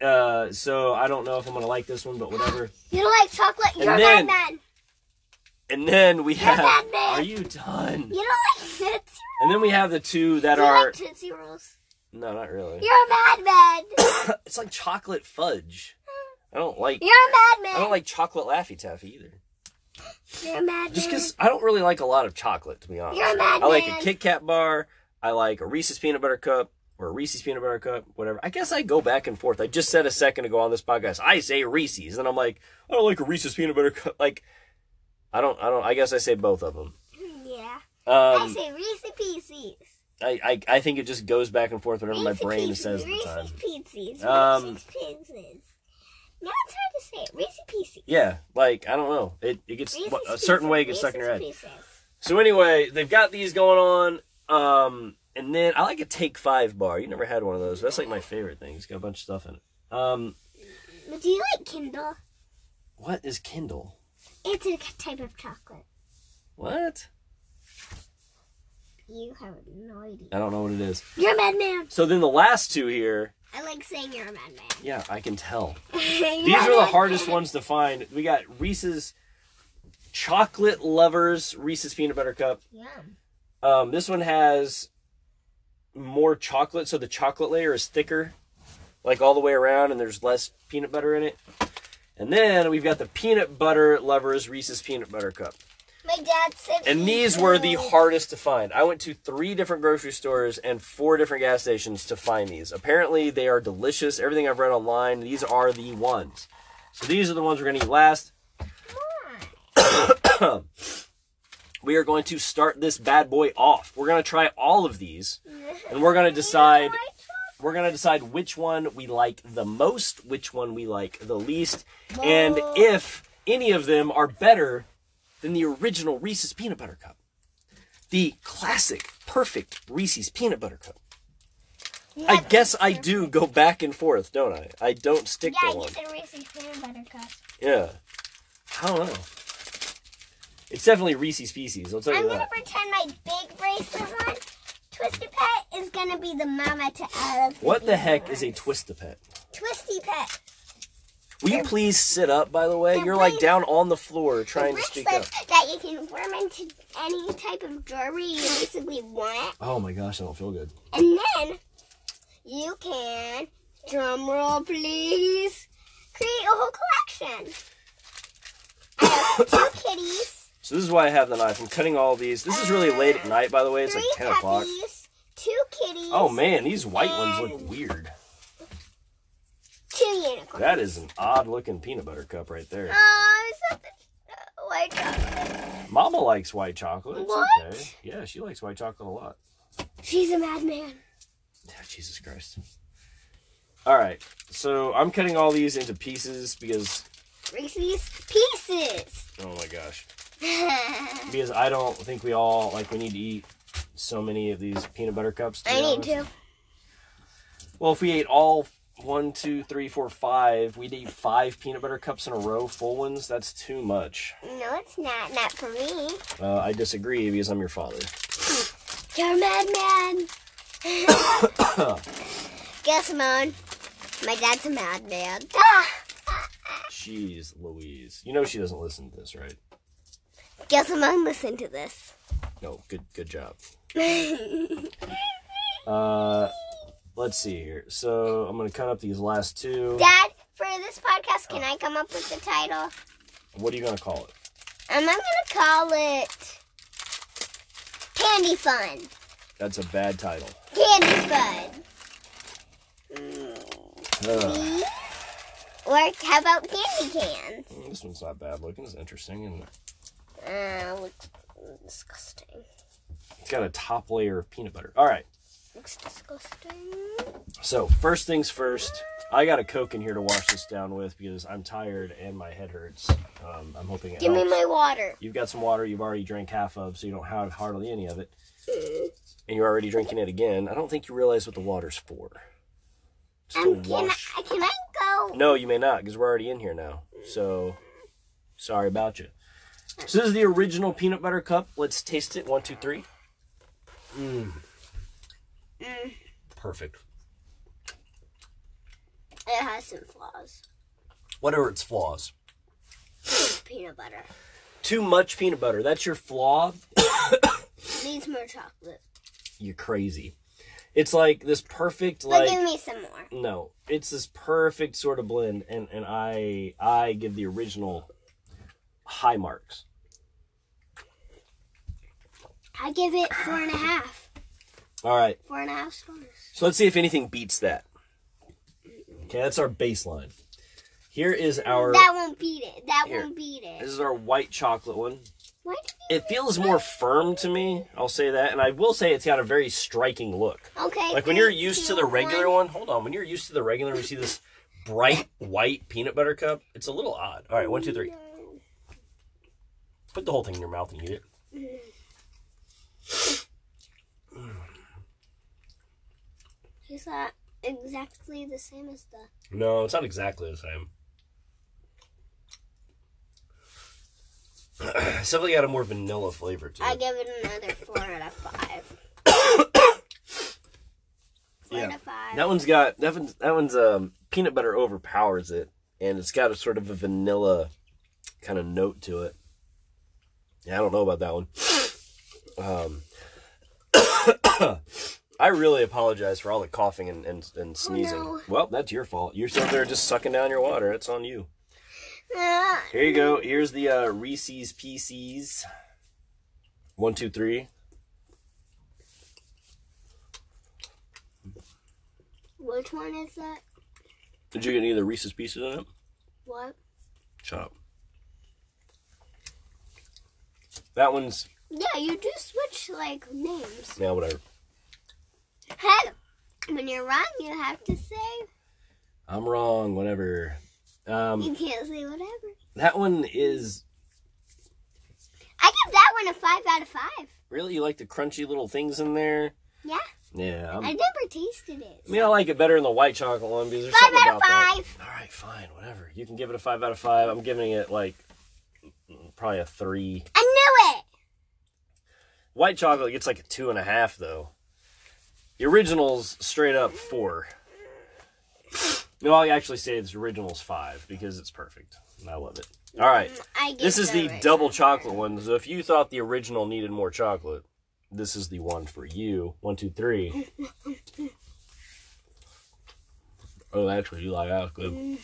uh, so I don't know if I'm gonna like this one, but whatever.
You don't like chocolate? You're
then-
Batman.
And then we have.
Batman.
Are you done?
You don't like [laughs] Tootsie Rolls?
And then we have the two that
You
are.
like Tootsie Rolls?
No, not really.
You're a madman.
[coughs] It's like chocolate fudge. I don't like.
You're a madman.
I don't like chocolate Laffy Taffy either.
You're a madman.
Just because I don't really like a lot of chocolate, to be honest.
You're a
I like a
madman.
Kit Kat bar. I like a Reese's peanut butter cup or a Reese's peanut butter cup, whatever. I guess I go back and forth. I just said a second ago on this podcast, I say Reese's, and I'm like, I don't like a Reese's peanut butter cup. Like, I don't, I don't. I guess I say both of them.
Yeah. I
Um,
say Reese's Pieces.
I, I, I think it just goes back and forth whatever my
Reese's
brain
Pieces,
says at the
Reese's
time.
Pieces.
Um,
Reese's Pieces. Now it's hard to say it. Reese's Pieces.
Yeah, like I don't know. It it gets
Reese's
a certain
Pieces,
way it gets stuck in your head.
Reese's Pieces.
So anyway, they've got these going on. Um, and then I like a Take Five bar. You never had one of those. That's like my favorite thing. It's got a bunch of stuff in it. Um,
But do you like Kindle?
what is Kindle?
It's a type of chocolate.
What?
You have no idea.
I don't know what it is.
You're a madman.
So then the last two here.
I like saying you're a madman. [laughs]
Yeah, I can tell.
These
These are the hardest ones to find. We got Reese's Chocolate Lovers Reese's Peanut Butter Cup.
Yum.
Um, this one has more chocolate, so the chocolate layer is thicker, like all the way around, and there's less peanut butter in it. And then we've got the peanut butter lovers Reese's peanut butter cup.
My dad said.
And
he
these were the
could.
hardest to find. I went to three different grocery stores and four different gas stations to find these. Apparently, they are delicious. Everything I've read online, these are the ones. So these are the ones we're going to eat last. we are going to start this bad boy off. We're going to try all of these and we're going to decide we're going to decide which one we like the most, which one we like the least, and if any of them are better than the original Reese's peanut butter cup. The classic perfect Reese's peanut butter cup. I guess I do go back and forth, don't I? I don't stick
Yeah,
to
I
one.
get the Reese's peanut butter cup.
Yeah. I don't know. It's definitely Reese's Pieces, I'll tell
I'm
you
gonna
that.
pretend my big bracelet one, Twisty Pet, is gonna be the mama to all of
What the
baby
heck
ones.
is a Twist-a-Pet?
Twisty Pet?
Will you please sit up, by the way?
They're
You're like
bracelets.
down on the floor
The
trying to speak up.
bracelet that you can form into any type of jewelry you basically want,
Oh my gosh, I don't feel good.
and then you can drum roll, please, create a whole collection. I
[coughs]
have two kitties,
So this is why I have the knife. I'm cutting all these. This is really late at night, by the way. It's like
three
10 o'clock.
puppies, two kitties,
Oh man, these white ones look weird.
two unicorns.
That is an odd looking peanut butter cup right there.
Oh, is that the uh, white chocolate?
Mama likes white chocolate. It's
What?
okay. Yeah, she likes white chocolate a lot.
She's a madman.
Yeah, Jesus Christ. All right, so I'm cutting all these into pieces because
Reese's Pieces. [laughs]
oh my gosh,
I
because I don't think we all like we need to eat so many of these peanut butter cups. To be
need
honest.
to.
Well, if we ate all one, two, three, four, five, we'd eat five peanut butter cups in a row, full ones. That's too much.
No, it's not. Not for me.
Uh, I disagree because I'm your father.
You're a madman. Guess, Simone. My dad's a madman. Ah!
Jeez Louise. You know she doesn't listen to this, right?
Guess Simone listened to this.
No, good good job. Uh let's see here. So I'm gonna cut up these last two.
Dad, for this podcast, can I come up with the title?
What are you gonna call it?
Um, I'm gonna call it Candy Fun.
That's a bad title.
Candy Fun. Mm.
Ugh.
Please? Or how about candy cans?
This one's not bad looking, it's interesting and
Uh, looks disgusting.
it's got a top layer of peanut butter. Alright.
looks disgusting.
So first things first, I got a Coke in here to wash this down with because I'm tired and my head hurts. Um, I'm hoping it
Give me
helps.
my water.
You've got some water you've already drank half of, so you don't have hardly any of it. And you're already drinking it again. I don't think you realize what the water's for. It's to
Um, can
wash.
I, can I go?
No, you may not, because we're already in here now. So, sorry about you. So this is the original peanut butter cup. Let's taste it. One, two, three.
Mm.
Mmm. Perfect.
It has some flaws.
What are its flaws?
Peanut butter.
Too much peanut butter. That's your flaw.
Needs more chocolate.
You're crazy. It's like this perfect
But
like
give me some more.
no. It's this perfect sort of blend, and and I I give the original high marks.
I give it four and a half.
All right.
Four and a half stars.
So let's see if anything beats that. Okay, that's our baseline. Here is our
that won't beat it. That
Here.
won't beat
this
it.
is our white chocolate one.
Why do you?
It feels more firm to me. I'll say that, and I will say it's got a very striking look.
Okay.
Like when you're
three,
used to
two,
the regular one. Hold on, when you're used to the regular, we see this bright white peanut butter cup. It's a little odd. All right, one, two, three. Put the whole thing in your mouth and eat it.
Is that exactly the same as the?
No, it's not exactly the same. [clears throat] It's definitely got a more vanilla flavor to it.
I give it another four out of five. [coughs] four out
Yeah.
of five.
That one's got that one's that one's um peanut butter overpowers it, and it's got a sort of a vanilla kind of note to it. Yeah, I don't know about that one. Um, [coughs] I really apologize for all the coughing and and, and sneezing.
no.
Well, that's your fault. You're sitting there just sucking down your water. It's on you.
Ah,
Here you go. Here's the uh, Reese's PCs. One, two, three.
which one is that?
Did you get any of the Reese's pieces in it?
What?
Shut up. That one's
Yeah, you do switch like names.
Yeah, whatever.
Hey, when you're wrong, you have to say
I'm wrong, whatever.
you
Um,
can't say whatever.
that one is
I give that one a five out of five.
really you like the crunchy little things in there.
Yeah,
Yeah, I'm,
I
I
never tasted it.
mean I like it better than the white chocolate one because there's
Five out
something
of
about that.
five.
All right, fine, whatever. You can give it a five out of five. I'm giving it like probably a three.
I knew it.
White chocolate gets like a two and a half though. The original's straight up four. No, I actually say it's original's five because it's perfect. And I love it. All right.
I give
This is the
right
double
one.
chocolate one. So if you thought the original needed more chocolate, this is the one for you. One, two, three. oh, actually, you like that. Good.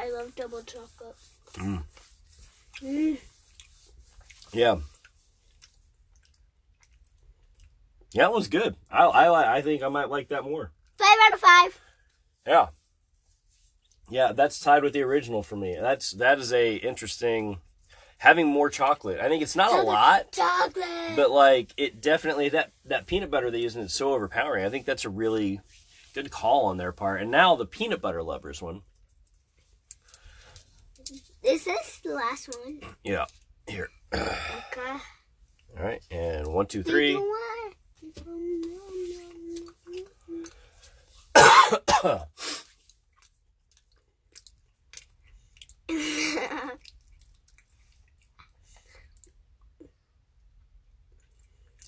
I love double chocolate.
Mm.
Mm.
Yeah. Yeah, that was good. I, I li- I think I might like that more.
Five out of five.
Yeah. Yeah, that's tied with the original for me. That's that is a interesting having more chocolate. I think it's not a lot.
Chocolate.
But like it definitely that that peanut butter they use in it's so overpowering. I think that's a really good call on their part. And now the peanut butter lovers one.
Is this the last one?
Yeah. Here.
Okay.
All right. And one, two,
Mm-hmm.
three.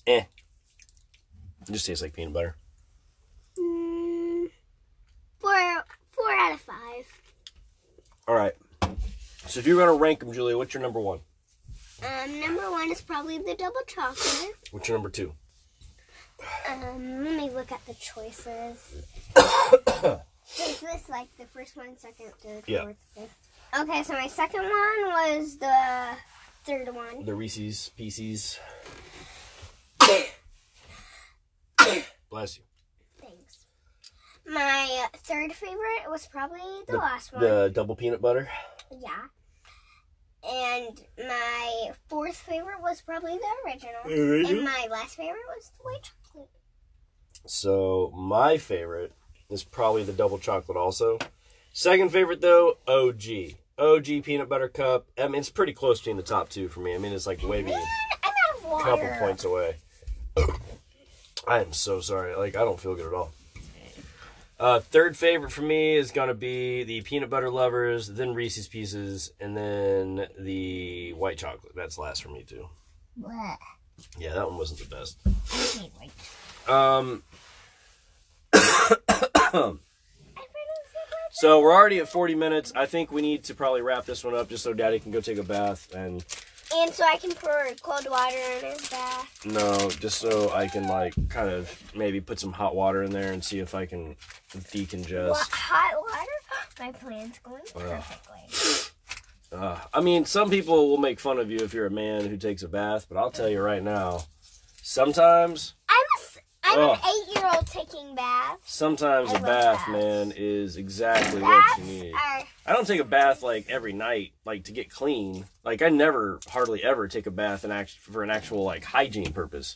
Eh. It just tastes like peanut butter.
Mm, [coughs] four, four out of five.
All right. So if you're gonna rank them, Julia, what's your number one?
Um, number one is probably the double chocolate.
What's your number two?
Um, let me look at the choices. Is this like the first one, second, third,
Yeah.
fourth, fifth? Okay, so my second one was the third one.
The Reese's Pieces. Bless you.
Thanks. My third favorite was probably the, last one.
The double peanut butter.
Yeah. And my fourth favorite was probably the original.
The original?
And my last favorite was the white chocolate.
So my favorite is probably the double chocolate also. Second favorite though, OG. OG peanut butter cup. I mean it's pretty close between the top two for me. I mean it's like maybe a
I'm out of water.
couple points away. [coughs] I am so sorry. Like I don't feel good at all. Uh, third favorite for me is gonna be the peanut butter lovers, then Reese's Pieces, and then the white chocolate. That's last for me too.
Blech.
Yeah, that one wasn't the best.
Anyway,
Um,
I ran out of water.
So we're already at 40 minutes. I think we need to probably wrap this one up just so Daddy can go take a bath and
And so I can pour cold water in his bath.
no, just so I can like kind of maybe put some hot water in there and see if I can
Wa-
decongest.
hot water? [gasps] My plan's going
Wow.
perfectly.
Uh, I mean, some people will make fun of you if you're a man who takes a bath, but I'll tell you right now, sometimes,
I'm, a, s- I'm an
Ugh.
eight year old taking baths.
sometimes
I
a
love
bath,
baths.
man, is exactly what you
Baths
need.
are
I don't take a bath like every night, like to get clean. Like I never, hardly ever take a bath and act for an actual like hygiene purpose.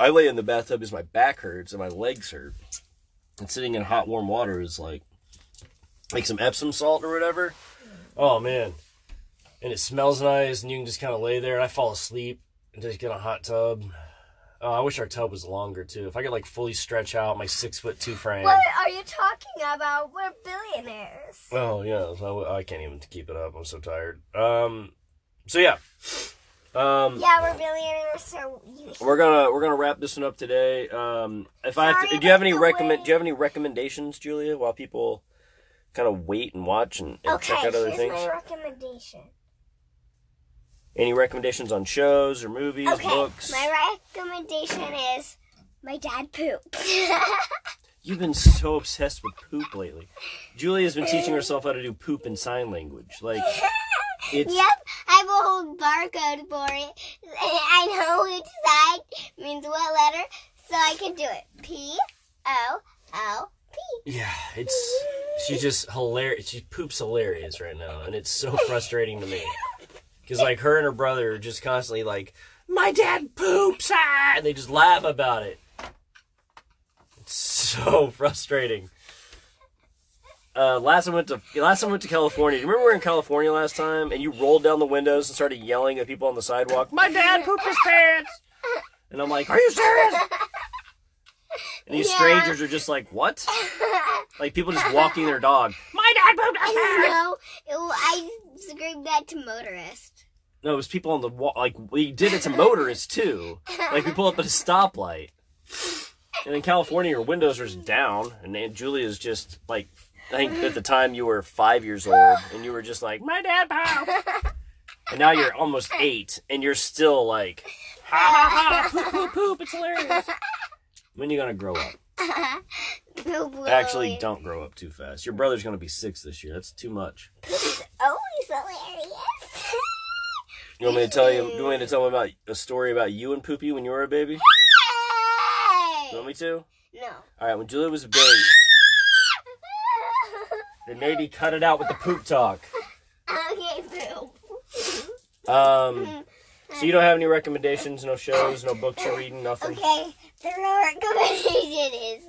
I lay in the bathtub because my back hurts and my legs hurt, and sitting in hot warm water is like like some Epsom salt or whatever. Oh man, and it smells nice, and you can just kind of lay there. And I fall asleep and just get a hot tub. Oh, I wish our tub was longer too. If I could like fully stretch out my six foot two frame.
What are you talking about? We're billionaires.
Oh yeah, so I can't even keep it up. I'm so tired. Um, so yeah, um,
Yeah, we're billionaires, so you
we're gonna we're gonna wrap this one up today. Um, if I have to,
Sorry
do you have
about
any
the
recommend
wait.
do you have any recommendations, Julia, while people kind of wait and watch and, and
Okay,
check out other
here's
things?
my recommendation.
Any recommendations on shows or movies,
Okay,
books?
my recommendation is my dad pooped.
You've been so obsessed with poop lately. Julia's been teaching herself how to do poop in sign language.
[laughs]
Like
[laughs]
it's
yep, I have a whole barcode for it. [laughs] I know which side means what letter, so I can do it. P O O P. [laughs]
Yeah, it's she's just hilarious. She poops hilarious right now, and it's so frustrating to me because like her and her brother are just constantly like, "My dad poops," ah! and they just laugh about it. It's so [laughs] frustrating. Uh, last time I went to last time I went to California. Do you remember we were in California last time, and you rolled down the windows and started yelling at people on the sidewalk? My dad pooped his pants, and I'm like, "Are you serious?" And these
Yeah.
strangers are just like, "What?" Like people just walking their dog. [laughs] My dad pooped his pants.
no, it, I screamed that to motorists.
No, it was people on the wall. Like we did it to motorists too. Like we pull up at a stoplight, and in California, your windows are just down, and Aunt Julia's just like, I think at the time you were five years old, and you were just like, my dad pooped. And now you're almost eight, and you're still like, ha ha ha, poop poop poop. It's hilarious. When you gonna grow up?
Poop
Actually,
Willie.
don't grow up too fast. Your brother's gonna be six this year. That's too much.
Oh, he's hilarious. [laughs]
You want me to tell you? You want me to tell him about a story about you and Poopy when you were a baby? You want me to?
No. [laughs]
All right. When Julia was a baby, the lady cut it out with the poop talk.
okay, boo.
Um, so you don't have any recommendations? No shows? No books you're reading? Nothing?
Okay, the recommendation is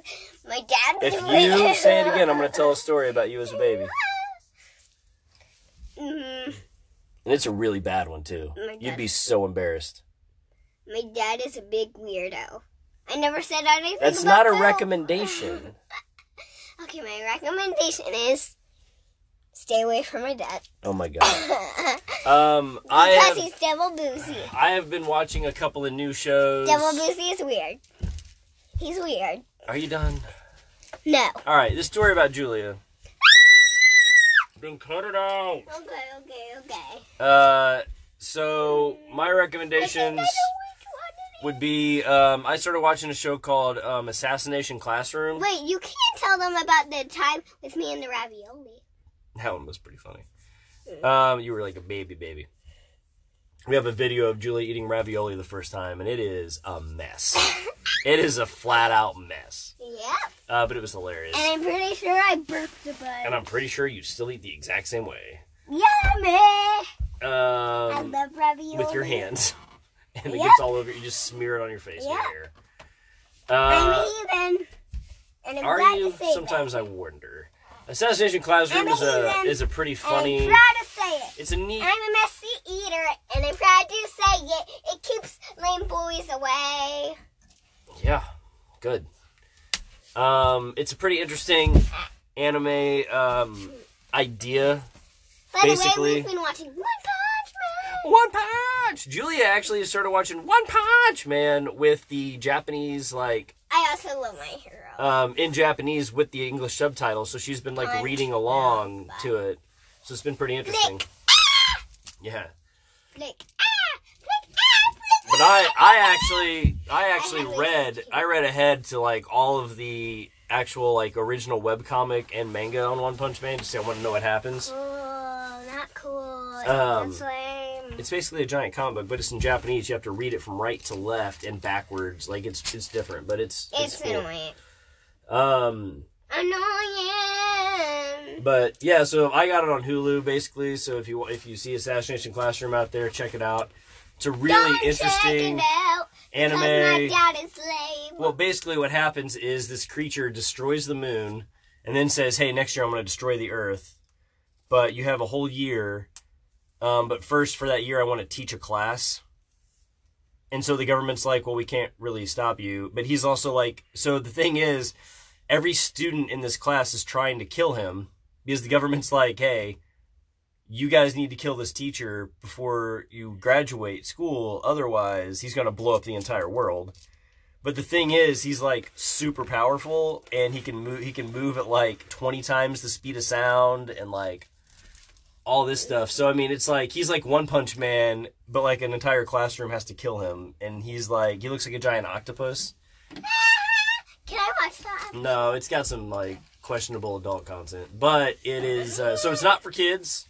my dad.
If you say it
[laughs]
again, I'm gonna tell a story about you as a baby,
Mm,
and it's a really bad one too.
Oh my God.
You'd be so embarrassed.
my dad is a big weirdo. I never said anything.
That's
about
not a
that.
recommendation.
Okay, my recommendation is stay away from my dad [laughs]
Oh my god. Um, I
because
have,
he's devil boozy.
I have been watching a couple of new shows.
Devil boozy is weird. He's weird.
Are you done?
No.
All right, this story about Julia. Then cut it out.
Okay, okay, okay.
Uh, so my recommendations would be um, I started watching a show called um, Assassination Classroom.
Wait, you can't tell them about the time with me and the ravioli.
That one was pretty funny. Um, you were like a baby, baby. We have a video of Julia eating ravioli the first time, and it is
[laughs]
a mess. it is a flat out mess.
Yep.
Uh, but it was hilarious.
And I'm pretty sure I burped a bun.
And I'm pretty sure you still eat the exact same way.
Yummy! I
um,
love ravioli.
with your hands, [laughs] and it
Yep.
gets all over. You just smear it on your face. and
Yep.
your hair. Uh,
I'm even. And I'm
are
glad
you?
to say
Sometimes I wonder. Assassination
I'm
Classroom is a
even.
is a pretty
that. And
funny.
I'm proud to say it.
It's a neat.
I'm a messy eater, and I'm proud to say it. It keeps lame boys away.
Yeah, good. Um, it's a pretty interesting anime um, idea.
By
Basically-
the way, we've been watching One Punch Man.
One Punch. Julia actually started watching One Punch Man with the Japanese like
I also love my hero.
um, in Japanese with the English subtitles, so she's been like
Punch
reading along to it. So it's been pretty interesting.
Flick.
Yeah,
Flick. Ah! Flick. Ah! Flick.
but I I actually I actually
haven't
read I read ahead to like all of the actual like original webcomic and manga on One Punch Man. Just so I want to know what happens.
Oh, not cool.
Um,
That's lame.
It's basically a giant comic book, but it's in Japanese. You have to read it from right to left and backwards. Like it's it's different, but it's
It's,
it's, cool.
annoying.
Um,
Annoying.
but yeah, so I got it on Hulu basically. So if you if you see Assassination Classroom out there, check it out. It's a really
Don't
interesting
check it out. 'cause My
anime.
dad is lame.
Well, basically, what happens is this creature destroys the moon and then says, "Hey, next year I'm going to destroy the Earth." But you have a whole year. Um, but first, for that year, I want to teach a class. And so the government's like, "Well, we can't really stop you." But he's also like, "So the thing is, every student in this class is trying to kill him because the government's like, "Hey." You guys need to kill this teacher before you graduate school, otherwise, he's going to blow up the entire world. But the thing is, he's like super powerful, and he can move. He can move at like twenty times the speed of sound, and like all this stuff. So I mean, it's like he's like One Punch Man, but like an entire classroom has to kill him, and he's like he looks like a giant octopus.
[laughs] Can I watch that?
No, it's got some like questionable adult content, but it is uh, so it's not for kids,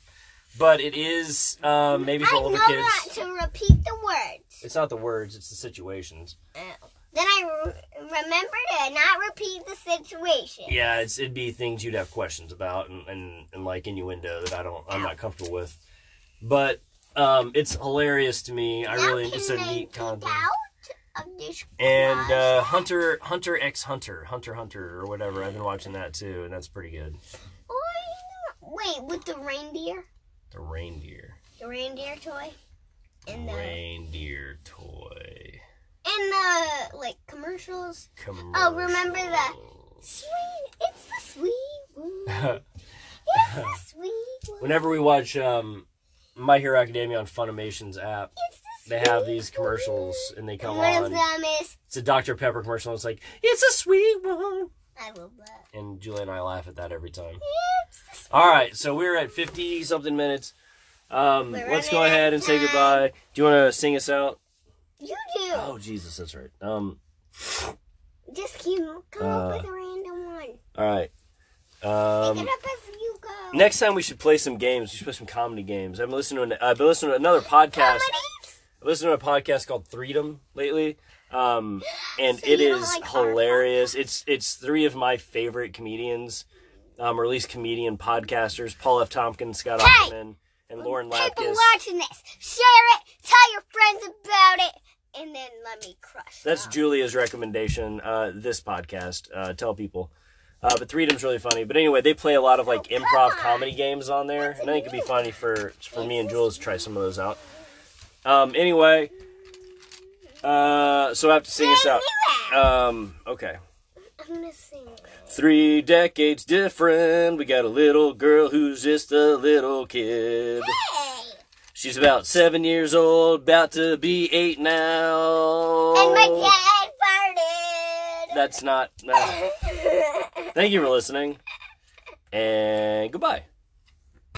but it is uh, maybe for
I know
older
that
kids.
to repeat the words.
It's not the words; it's the situations.
Then I re- remember to not repeat the situation.
Yeah, it's, it'd be things you'd have questions about and, and, and like innuendo that I don't I'm not comfortable with. But um, it's hilarious to me. I
Now
really
can
it's a
I
neat
get
content.
out of this
And
garage?
uh, Hunter Hunter X Hunter Hunter Hunter or whatever. I've been watching that too, and that's pretty good.
Oi. wait, with the reindeer,
The reindeer,
the reindeer toy, and the
reindeer toy
and the like commercials.
commercial.
Oh, remember that. Sweet, it's the sweet one. It's the sweet one.
[laughs] Whenever we watch um, My Hero Academia on Funimation's app,
It's the
they have
sweet
these commercials and they
One.
come
one of
on.
them is
It's a Dr Pepper commercial. And it's like it's a sweet one.
I love that.
and Julie and I laugh at that every time.
It's the
All right, so we're at fifty something minutes. Um,
We're
let's
running
go
out
ahead
of
and say
time.
goodbye. Do you want to sing us out?
You do.
Oh Jesus, that's right. Um,
Just keep come up
Uh,
with a random one.
all right.
Pick
Um,
it up as you go.
next time we should play some games. We should play some comedy games. I've been listening to an, I've been listening to another podcast.
Somebody's-
I listened to a podcast called Freedom lately,
[gasps]
um, and
So
it
you don't
is
like our
hilarious. It's it's three of my favorite comedians, um, or at least comedian podcasters: Paul F. Tompkins, Scott
Hey!
Ackerman, and Lauren
People
Lapkus.
watching this, share it, tell your friends about it, and then let me crush.
That's
them.
Julia's recommendation. Uh, this podcast, uh, tell people. Uh, but Freedom's really funny. But anyway, they play a lot of like
Oh, come on.
improv comedy games on there,
That's
and I think it'd be
amazing.
funny for for me and Jules to try some of those out. Um, anyway, uh, so I have to sing us out. Um, okay.
I'm gonna sing. it.
Three decades different. We got a little girl who's just a little kid.
Hey,
She's about seven years old, about to be eight now.
and my dad farted.
That's not. no. Thank you for listening. And goodbye.